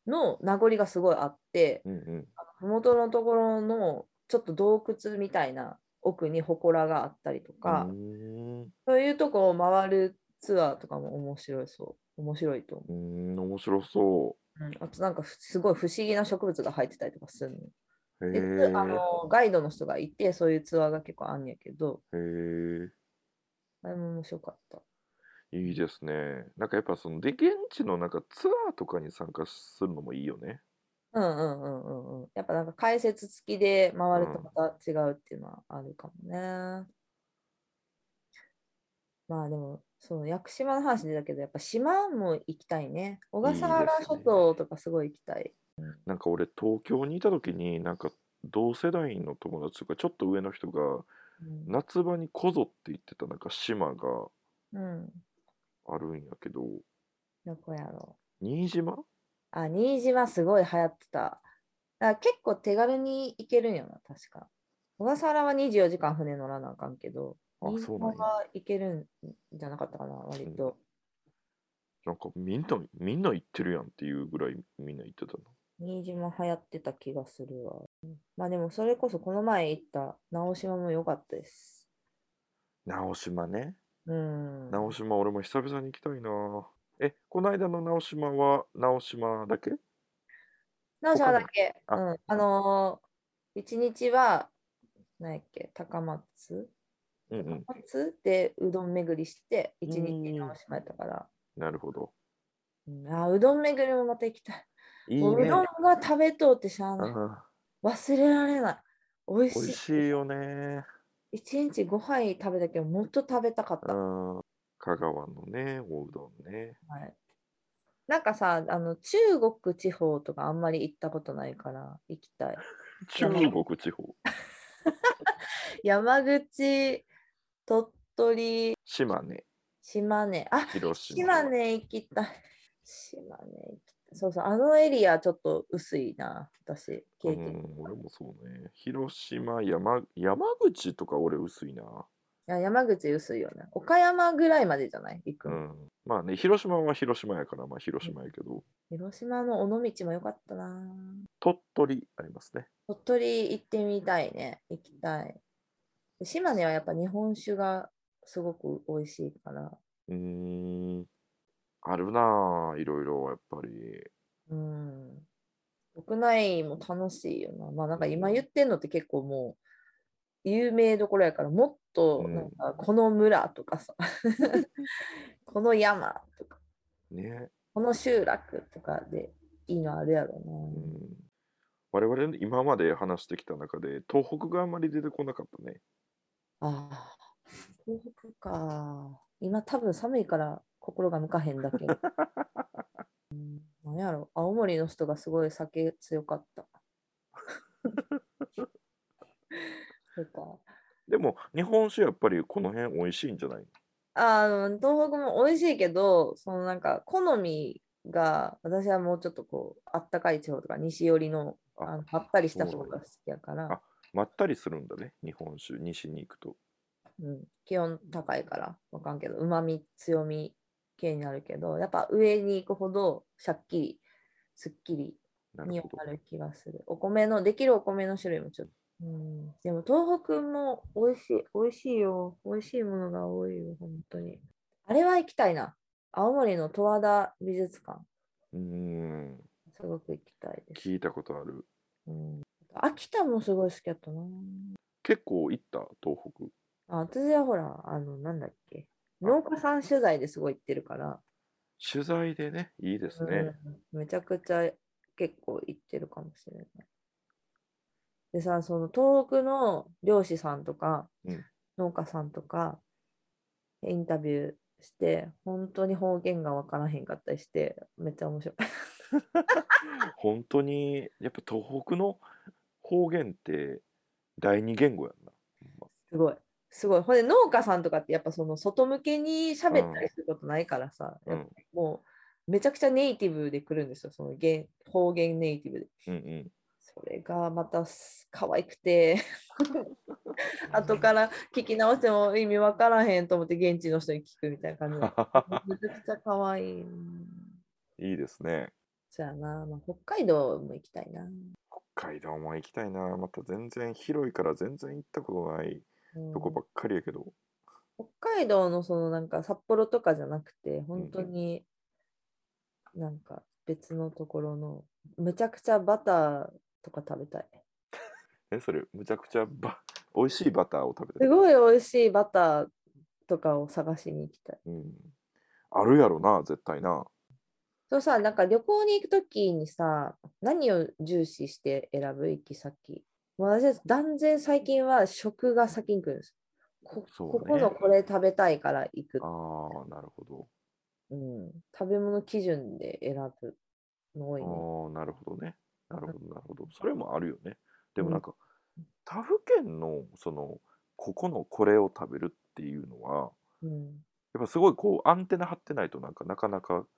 Speaker 2: の名残がすごいあって、
Speaker 1: うんうん。
Speaker 2: 麓のところのちょっと洞窟みたいな奥に祠があったりとか、
Speaker 1: うーん
Speaker 2: そういうとこを回るツアーとかも面白いそう。面白いと思。
Speaker 1: うーん、面白そう
Speaker 2: うんあとなんかふすごい不思議な植物が生えてたりとかするの。
Speaker 1: う。へ
Speaker 2: で
Speaker 1: え。
Speaker 2: あのガイドの人がいて、そういうツアーが結構あんやけど、
Speaker 1: へ
Speaker 2: あれも面白かった。
Speaker 1: え。いいですね。なんかやっぱそので現地のなんかツアーとかに参加するのもいいよね。
Speaker 2: うんうんうんうんうん。やっぱなんか解説付きで回るとまた違うっていうのはあるかもね。まあでも、その屋久島の話でだけど、やっぱ島も行きたいね。小笠原諸島とかすごい行きたい。
Speaker 1: なんか俺東京にいた時になんか同世代の友達とかちょっと上の人が
Speaker 2: うん
Speaker 1: 夏場にこぞって言ってたなんか島が
Speaker 2: うん。
Speaker 1: あるんやけど
Speaker 2: どこやろ
Speaker 1: 新島
Speaker 2: う。あ、新島すごい流行ってた。だから結構手軽に行けるんよな、確か。小笠原は24時間船乗らなあかんけど、
Speaker 1: あ
Speaker 2: 新
Speaker 1: そう
Speaker 2: 島
Speaker 1: なんや
Speaker 2: は行けるんじゃなかったかな、割と。
Speaker 1: なんかみんなみんな行ってるやんっていうぐらいみんな行ってたの。
Speaker 2: 新島流行ってた気がするわ。まあでもそれこそこの前行った直島も良かったです。
Speaker 1: 直島ね。
Speaker 2: うん。
Speaker 1: 直島俺も久々に行きたいな。え、この間の直島は直島だけ
Speaker 2: 直島だけ。
Speaker 1: 他に
Speaker 2: うん。あのー、一日は、何やっけ、高松
Speaker 1: うんうん。
Speaker 2: 高松でうどん巡りして、一
Speaker 1: うん
Speaker 2: 日直島やったから。
Speaker 1: なるほど。
Speaker 2: うん、あーうどん巡りもまた行きたい。
Speaker 1: いい
Speaker 2: もうう
Speaker 1: ね。
Speaker 2: どんが食べとうってしゃあない。
Speaker 1: あ
Speaker 2: 忘れられない。美味
Speaker 1: ー美味
Speaker 2: し
Speaker 1: しいよね。
Speaker 2: い。一日5杯食べたけど、もっと食べたかっ
Speaker 1: う
Speaker 2: た。
Speaker 1: ん。香川のね、おうどんね。
Speaker 2: はい、なんかさあの中国地方とかあんまり行ったことないから行きたい
Speaker 1: 中国地方。
Speaker 2: 山口鳥取
Speaker 1: 島根、
Speaker 2: 島根あ
Speaker 1: 広島。
Speaker 2: 島根行きたい島根行きたいそうそうあのエリアちょっと薄いな私
Speaker 1: う
Speaker 2: 経験、
Speaker 1: ん、俺もそうね。広島、山、山口とか俺薄いな。
Speaker 2: あ山口薄いよね岡山ぐらいまでじゃない行く
Speaker 1: う
Speaker 2: の、
Speaker 1: ん。まあね、広島は広島やから、まあ広島やけど、
Speaker 2: 広島の尾道も良かったな
Speaker 1: 鳥取ありますね。
Speaker 2: 鳥取行ってみたいね行きたい島根はやっぱ日本酒がすごく美味しいから。
Speaker 1: うーん。あるなあいろいろ、やっぱり。
Speaker 2: うん。国内も楽しいよな。まあなんか今言ってんのって結構もう有名どころやから、もっと
Speaker 1: うん
Speaker 2: なんかこの村と かさ、この山とか、
Speaker 1: ね。
Speaker 2: この集落とかでいいのあるやろ
Speaker 1: う
Speaker 2: な。
Speaker 1: ん。我々、今まで話してきた中で、東北があんまり出てこなかったね。
Speaker 2: ああ、東北か。今多分寒いから心が向かへんだけど。うん、なんやろ、青森の人がすごい酒強か った。そうか。
Speaker 1: でも、日本酒やっぱりこの辺美味しいんじゃない
Speaker 2: あの東北も美味しいけど、そのなんか好みが私はもうちょっとこうあったかい地方とか西寄りの
Speaker 1: あ
Speaker 2: あのはったりした
Speaker 1: そ
Speaker 2: 方
Speaker 1: うなんや
Speaker 2: が好きやか
Speaker 1: あ
Speaker 2: ら、
Speaker 1: まったりするんだね、日本酒、西に行くと。
Speaker 2: うん、気温高いからわかんけどうまみ強み系になるけどやっぱ上に行くほどシャッキリすっきり
Speaker 1: な
Speaker 2: に
Speaker 1: る
Speaker 2: は
Speaker 1: ほど
Speaker 2: な。る気がする。お米のできるお米の種類もちょっと。うん、でも東北も美味しい、美味しいよ。美味しいものが多いよ、本当に。あれは行きたいな。青森の十和田美術館。
Speaker 1: うーん、
Speaker 2: すごく行きたいです。
Speaker 1: 聞いたことある。
Speaker 2: うん、秋田もすごい好きやったな。
Speaker 1: 結構行った、東北。
Speaker 2: あ私はほら、あの、なんだっけ。農家さん取材ですごい行ってるから、
Speaker 1: 取材でね、いいですね。
Speaker 2: うん、めちゃくちゃ結構行ってるかもしれない。でさ、その東北の漁師さんとか、
Speaker 1: うん
Speaker 2: 農家さんとか、インタビューして、本当に方言がわからへんかったりして、めっちゃ面白い。
Speaker 1: 本当に、やっぱ東北の方言って第二言語やんな。
Speaker 2: すごい。すごい。ほんで、農家さんとかってやっぱその外向けに喋ったりすることないからさ、
Speaker 1: うん
Speaker 2: やっぱもうめちゃくちゃネイティブで来るんですよ、その言方言ネイティブで。
Speaker 1: うんうん。
Speaker 2: それがまたす可愛 くて後から聞き直しても意味わからへんと思って現地の人に聞くみた いな感じめちゃくちゃ可愛い
Speaker 1: いいですね。
Speaker 2: そうやな、まあ、北海道も行きたいな、
Speaker 1: 北海道も行きたいな。また全然広いから全然行ったことない
Speaker 2: うん
Speaker 1: とこばっかりやけど。
Speaker 2: 北海道のそのなんか札幌とかじゃなくて本当になんか別のところのめちゃくちゃバターとか食べたい
Speaker 1: え、それ、むちゃくちゃば美味しいバターを食べて
Speaker 2: す
Speaker 1: る。
Speaker 2: ごい美味しいバターとかを探しに行きたい
Speaker 1: うん。あるやろな、絶対な。
Speaker 2: そうさ、なんか旅行に行くときにさ、何を重視して選ぶ行き先もう私は断然最近は食が先に来るんですこ
Speaker 1: そうね
Speaker 2: ここのこれ食べたいから行く
Speaker 1: あ、あ、なるほど。
Speaker 2: うん。食べ物基準で選ぶの多いね。
Speaker 1: ああ、なるほどね。なるほど、なるほど。それもあるよね。で
Speaker 2: う
Speaker 1: も
Speaker 2: ん
Speaker 1: なんか、他府県の、その、ここのこれを食べるっていうのは、
Speaker 2: うん、
Speaker 1: やっぱすごいこう、アンテナ張ってないと、なんか、なかなか、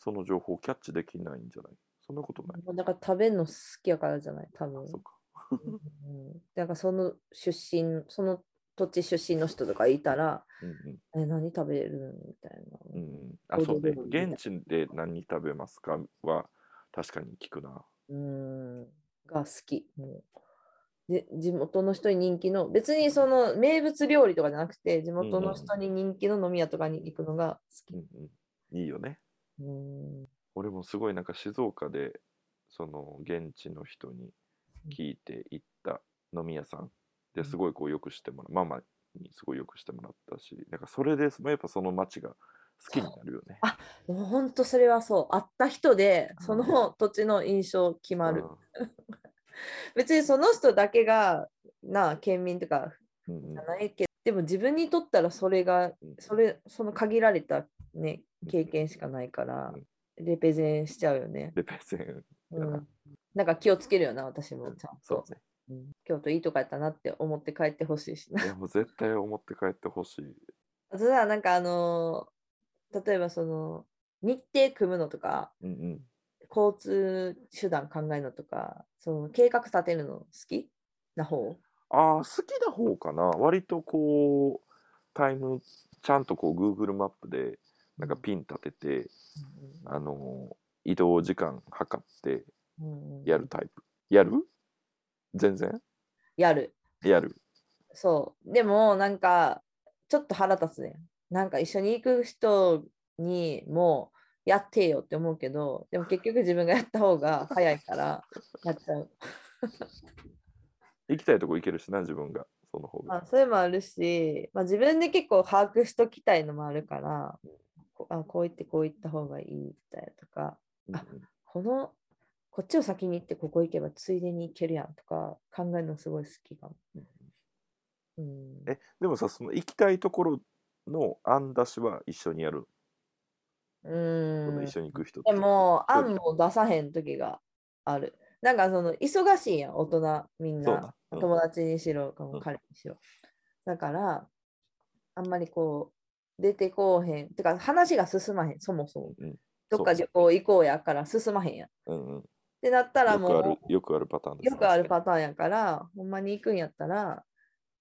Speaker 1: その情報をキャッチできないんじゃないそんなことない。
Speaker 2: もうだから食べるの好きやからじゃない、多分。
Speaker 1: そうか。
Speaker 2: うん、だからその出身、その土地出身の人とかいたら、
Speaker 1: うんうん。
Speaker 2: え、何食べるみたいな。
Speaker 1: うんうん、あ、そうね
Speaker 2: 料理み。たいな
Speaker 1: 現地で何食べますかは、確かに聞くな。
Speaker 2: うーんが好き。もうで地元の人に人気の別にその名物料理とかじゃなくて地元の人に人気の飲み屋とかに行くのが
Speaker 1: う
Speaker 2: 好
Speaker 1: んうん。いいよね。
Speaker 2: き。うーん
Speaker 1: 俺もすごいなんか静岡でその現地の人に聞いて行った飲み屋さん
Speaker 2: う
Speaker 1: で
Speaker 2: ん
Speaker 1: すごいこうよくしてもらうママにすごいよくしてもらったしなんかそれでやっぱその町が好きになるよね。
Speaker 2: でも本当それはそう会った人で
Speaker 1: うん
Speaker 2: その土地の印象決まる、
Speaker 1: う
Speaker 2: 別にその人だけがなあ県民とか
Speaker 1: んうん
Speaker 2: じ
Speaker 1: う
Speaker 2: ゃないけど、でも自分にとったらそれが
Speaker 1: ん
Speaker 2: それその限られたね経験しかないから
Speaker 1: うん
Speaker 2: レペゼンしちゃうよね、
Speaker 1: で別 に
Speaker 2: う、
Speaker 1: だなん
Speaker 2: なんか気をつけるよな私もちゃんと
Speaker 1: そうね
Speaker 2: うん京都いいとこやったなって思って帰ってほしいしな。
Speaker 1: いやもう絶対思って帰ってほしい。
Speaker 2: あとさ、なんかあのー例えばその、日程組むのとか、
Speaker 1: うんうん
Speaker 2: 交通手段考えるのとか、その計画立てるの好きな方
Speaker 1: ああ好きな方かな割とこうタイムちゃんとこう Google マップでなんかピン立てて、あの移動時間測って
Speaker 2: うんうん
Speaker 1: やるタイプ。やる全然
Speaker 2: やる。
Speaker 1: やる。
Speaker 2: そう。でも、なんか、ちょっと腹立つね。なんか一緒に行く人にもうやってよって思うけど、でも結局自分がやった方が早いからやっちゃう。
Speaker 1: 行きたいとこ行けるしな、自分が。その方
Speaker 2: まあ、
Speaker 1: が。
Speaker 2: それもあるし、まあ、自分で結構把握しときたいのもあるから、こあこう言ってこう言った方がいいみたいなとか、
Speaker 1: うん
Speaker 2: あこのこっちを先に行ってここ行けばついでに行けるやんとか考えるのすごい好きかも。うん、
Speaker 1: えでもさ、その行きたいところの案出しは一緒にやる。その
Speaker 2: うん
Speaker 1: 一緒に行く人と
Speaker 2: でも案も出さへん時がある。なんかその忙しいやん大人みん
Speaker 1: そう
Speaker 2: な
Speaker 1: だ。うん
Speaker 2: 友達にしろ、この
Speaker 1: うん
Speaker 2: 彼にしろ。だから、あんまりこう、出てこうへん。てか、話が進まへん、そもそも。
Speaker 1: うん
Speaker 2: どっか旅行行こうやから進まへんやん。っ
Speaker 1: うんうん、よ
Speaker 2: てなったらもう、
Speaker 1: くあ
Speaker 2: よ
Speaker 1: るよくあるパターン
Speaker 2: く
Speaker 1: です、
Speaker 2: あるパターンやから、ほんまに行くんやったら、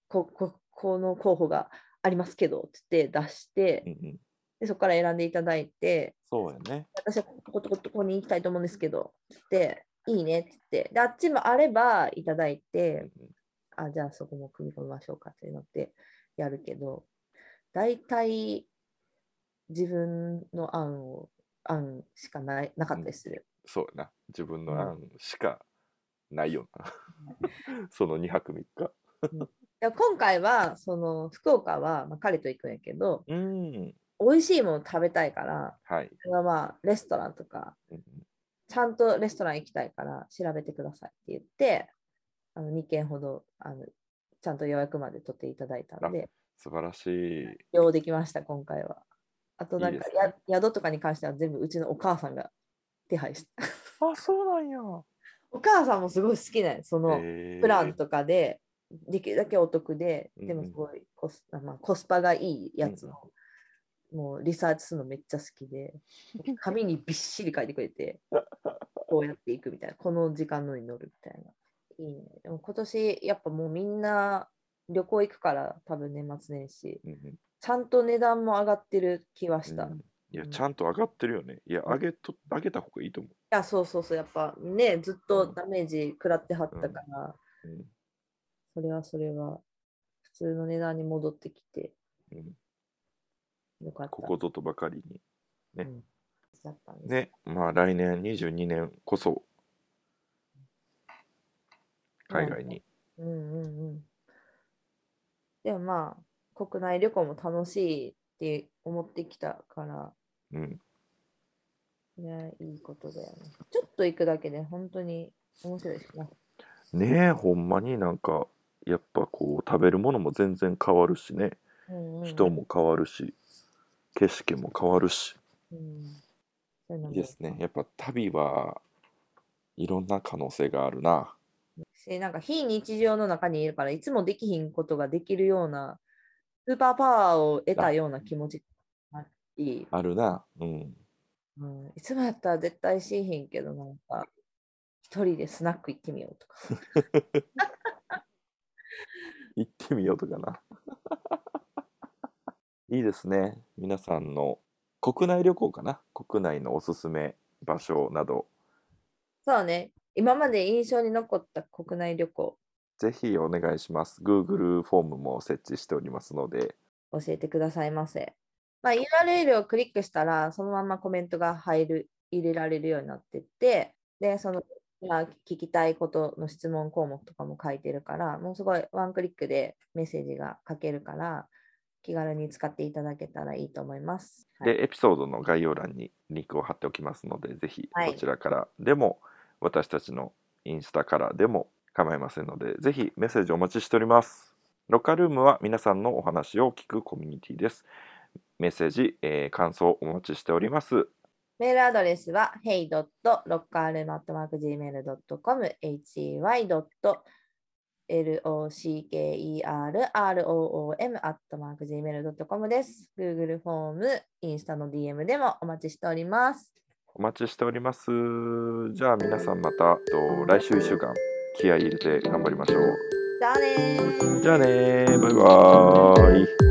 Speaker 2: こここの候補がありますけどつって出して、
Speaker 1: うんうん、
Speaker 2: でそこから選んでいただいて、
Speaker 1: そうやね。
Speaker 2: 私はこことこことここに行きたいと思うんですけど、つって、いいねってって、であっちもあればいただい
Speaker 1: うんう
Speaker 2: て
Speaker 1: ん、
Speaker 2: あ、じゃあそこも組み込みましょうかっていうのってやるけど、大体自分の案を、案しかないなかったりする。
Speaker 1: そうやな。自分
Speaker 2: うん
Speaker 1: の案しかないよ な。その2泊3日。
Speaker 2: いや今回は、その福岡は、まあ、彼と行くんやけど、
Speaker 1: うん。
Speaker 2: 美味しいもの食べたいから、
Speaker 1: はい。
Speaker 2: それはまあレストランとか
Speaker 1: うん
Speaker 2: ちゃんとレストラン行きたいから調べてくださいって言って、あの2件ほどあのちゃんと予約まで取っていただいたんで、
Speaker 1: 素晴らしい。
Speaker 2: 利用できました、今回は。あとなん
Speaker 1: いい
Speaker 2: か
Speaker 1: ですね
Speaker 2: や宿とかに関しては全部うちのお母さんが手配した。
Speaker 1: あ、そうなんや。
Speaker 2: お母さんもすごい好きなんよその
Speaker 1: えー
Speaker 2: プランとかで、できるだけお得で、
Speaker 1: うんうん
Speaker 2: でもすごいコス,、まあ、コスパがいいやつ
Speaker 1: う
Speaker 2: を
Speaker 1: ん、
Speaker 2: もうリサーチするのめっちゃ好き で、紙にびっしり書いてく れて、こうやっていくみたいな、この時間のに乗るみたいな。いいね。でも今年、やっぱもうみんな旅行行くから、多分年末年始、
Speaker 1: うんうん
Speaker 2: ちゃんと値段も上がってる気はした。
Speaker 1: うん
Speaker 2: い
Speaker 1: いや、
Speaker 2: うん
Speaker 1: ちゃんと上がってるよね。いや、上げと上げた方がいいと思
Speaker 2: や、そうそうそう、やっぱね、ずっとダメージ食らってはったから、
Speaker 1: う。
Speaker 2: それはそれは、普通の値段に戻ってきて、
Speaker 1: うんうん
Speaker 2: よかった。
Speaker 1: ここぞとばかりに。ね
Speaker 2: うんだったんです
Speaker 1: ね、まあ来年22年こそ海外に。
Speaker 2: うんうんうん。でもまあ、国内旅行も楽しいって思ってきたから、
Speaker 1: うん。
Speaker 2: ね、いいことだよね。ちょっと行くだけで本当に面白いしな。
Speaker 1: ねえ、ほんまになんか、やっぱこう、食べるものも全然変わるしね。
Speaker 2: うんうん、
Speaker 1: 人も変わるし、景色も変わるし。
Speaker 2: うん。そういうのも
Speaker 1: いいですね。やっぱ旅はいろんな可能性があるな。
Speaker 2: し、なんか非日常の中にいるから、いつもできひんことができるような、スーパーパワーを得たような気持ちがいい。
Speaker 1: あるな。うん。
Speaker 2: うん、いつもやったら絶対しひんけど、なんか、一人でスナック行ってみようとか。
Speaker 1: 行ってみようとかな。 いいですね。皆さんの国内旅行かな。国内のおすすめ場所など、
Speaker 2: そうね。今まで印象に残った国内旅行
Speaker 1: ぜひお願いします。Google フォームも設置しておりますので、
Speaker 2: 教えてくださいませ。まあ、URL をクリックしたら、そのままコメントが入る入れられるようになってて、で、その今聞きたいことの質問項目とかも書いてるから、もうすごいワンクリックでメッセージが書けるから、気軽に使っていただけたらいいと思います。はい
Speaker 1: で、エピソードの概要欄にリンクを貼っておきますので、ぜひ
Speaker 2: はい
Speaker 1: こちらからでも、私たちのインスタからでも構いませんので、ぜひメッセージお待ちしております。ロカルームは皆さんのお話を聞くコミュニティです。メッセージ、えー感想お待ちしております。
Speaker 2: メールアドレスは hey.lockerroom.gmail.com hey.lockerroom.gmail.com です。Google フォーム、インスタの DM でもお待ちしております。
Speaker 1: お待ちしております。じゃあ皆さんまた、えっと来週1週間気合い入れて頑張りましょう。
Speaker 2: じゃあねー
Speaker 1: じゃあねーバイバーイ。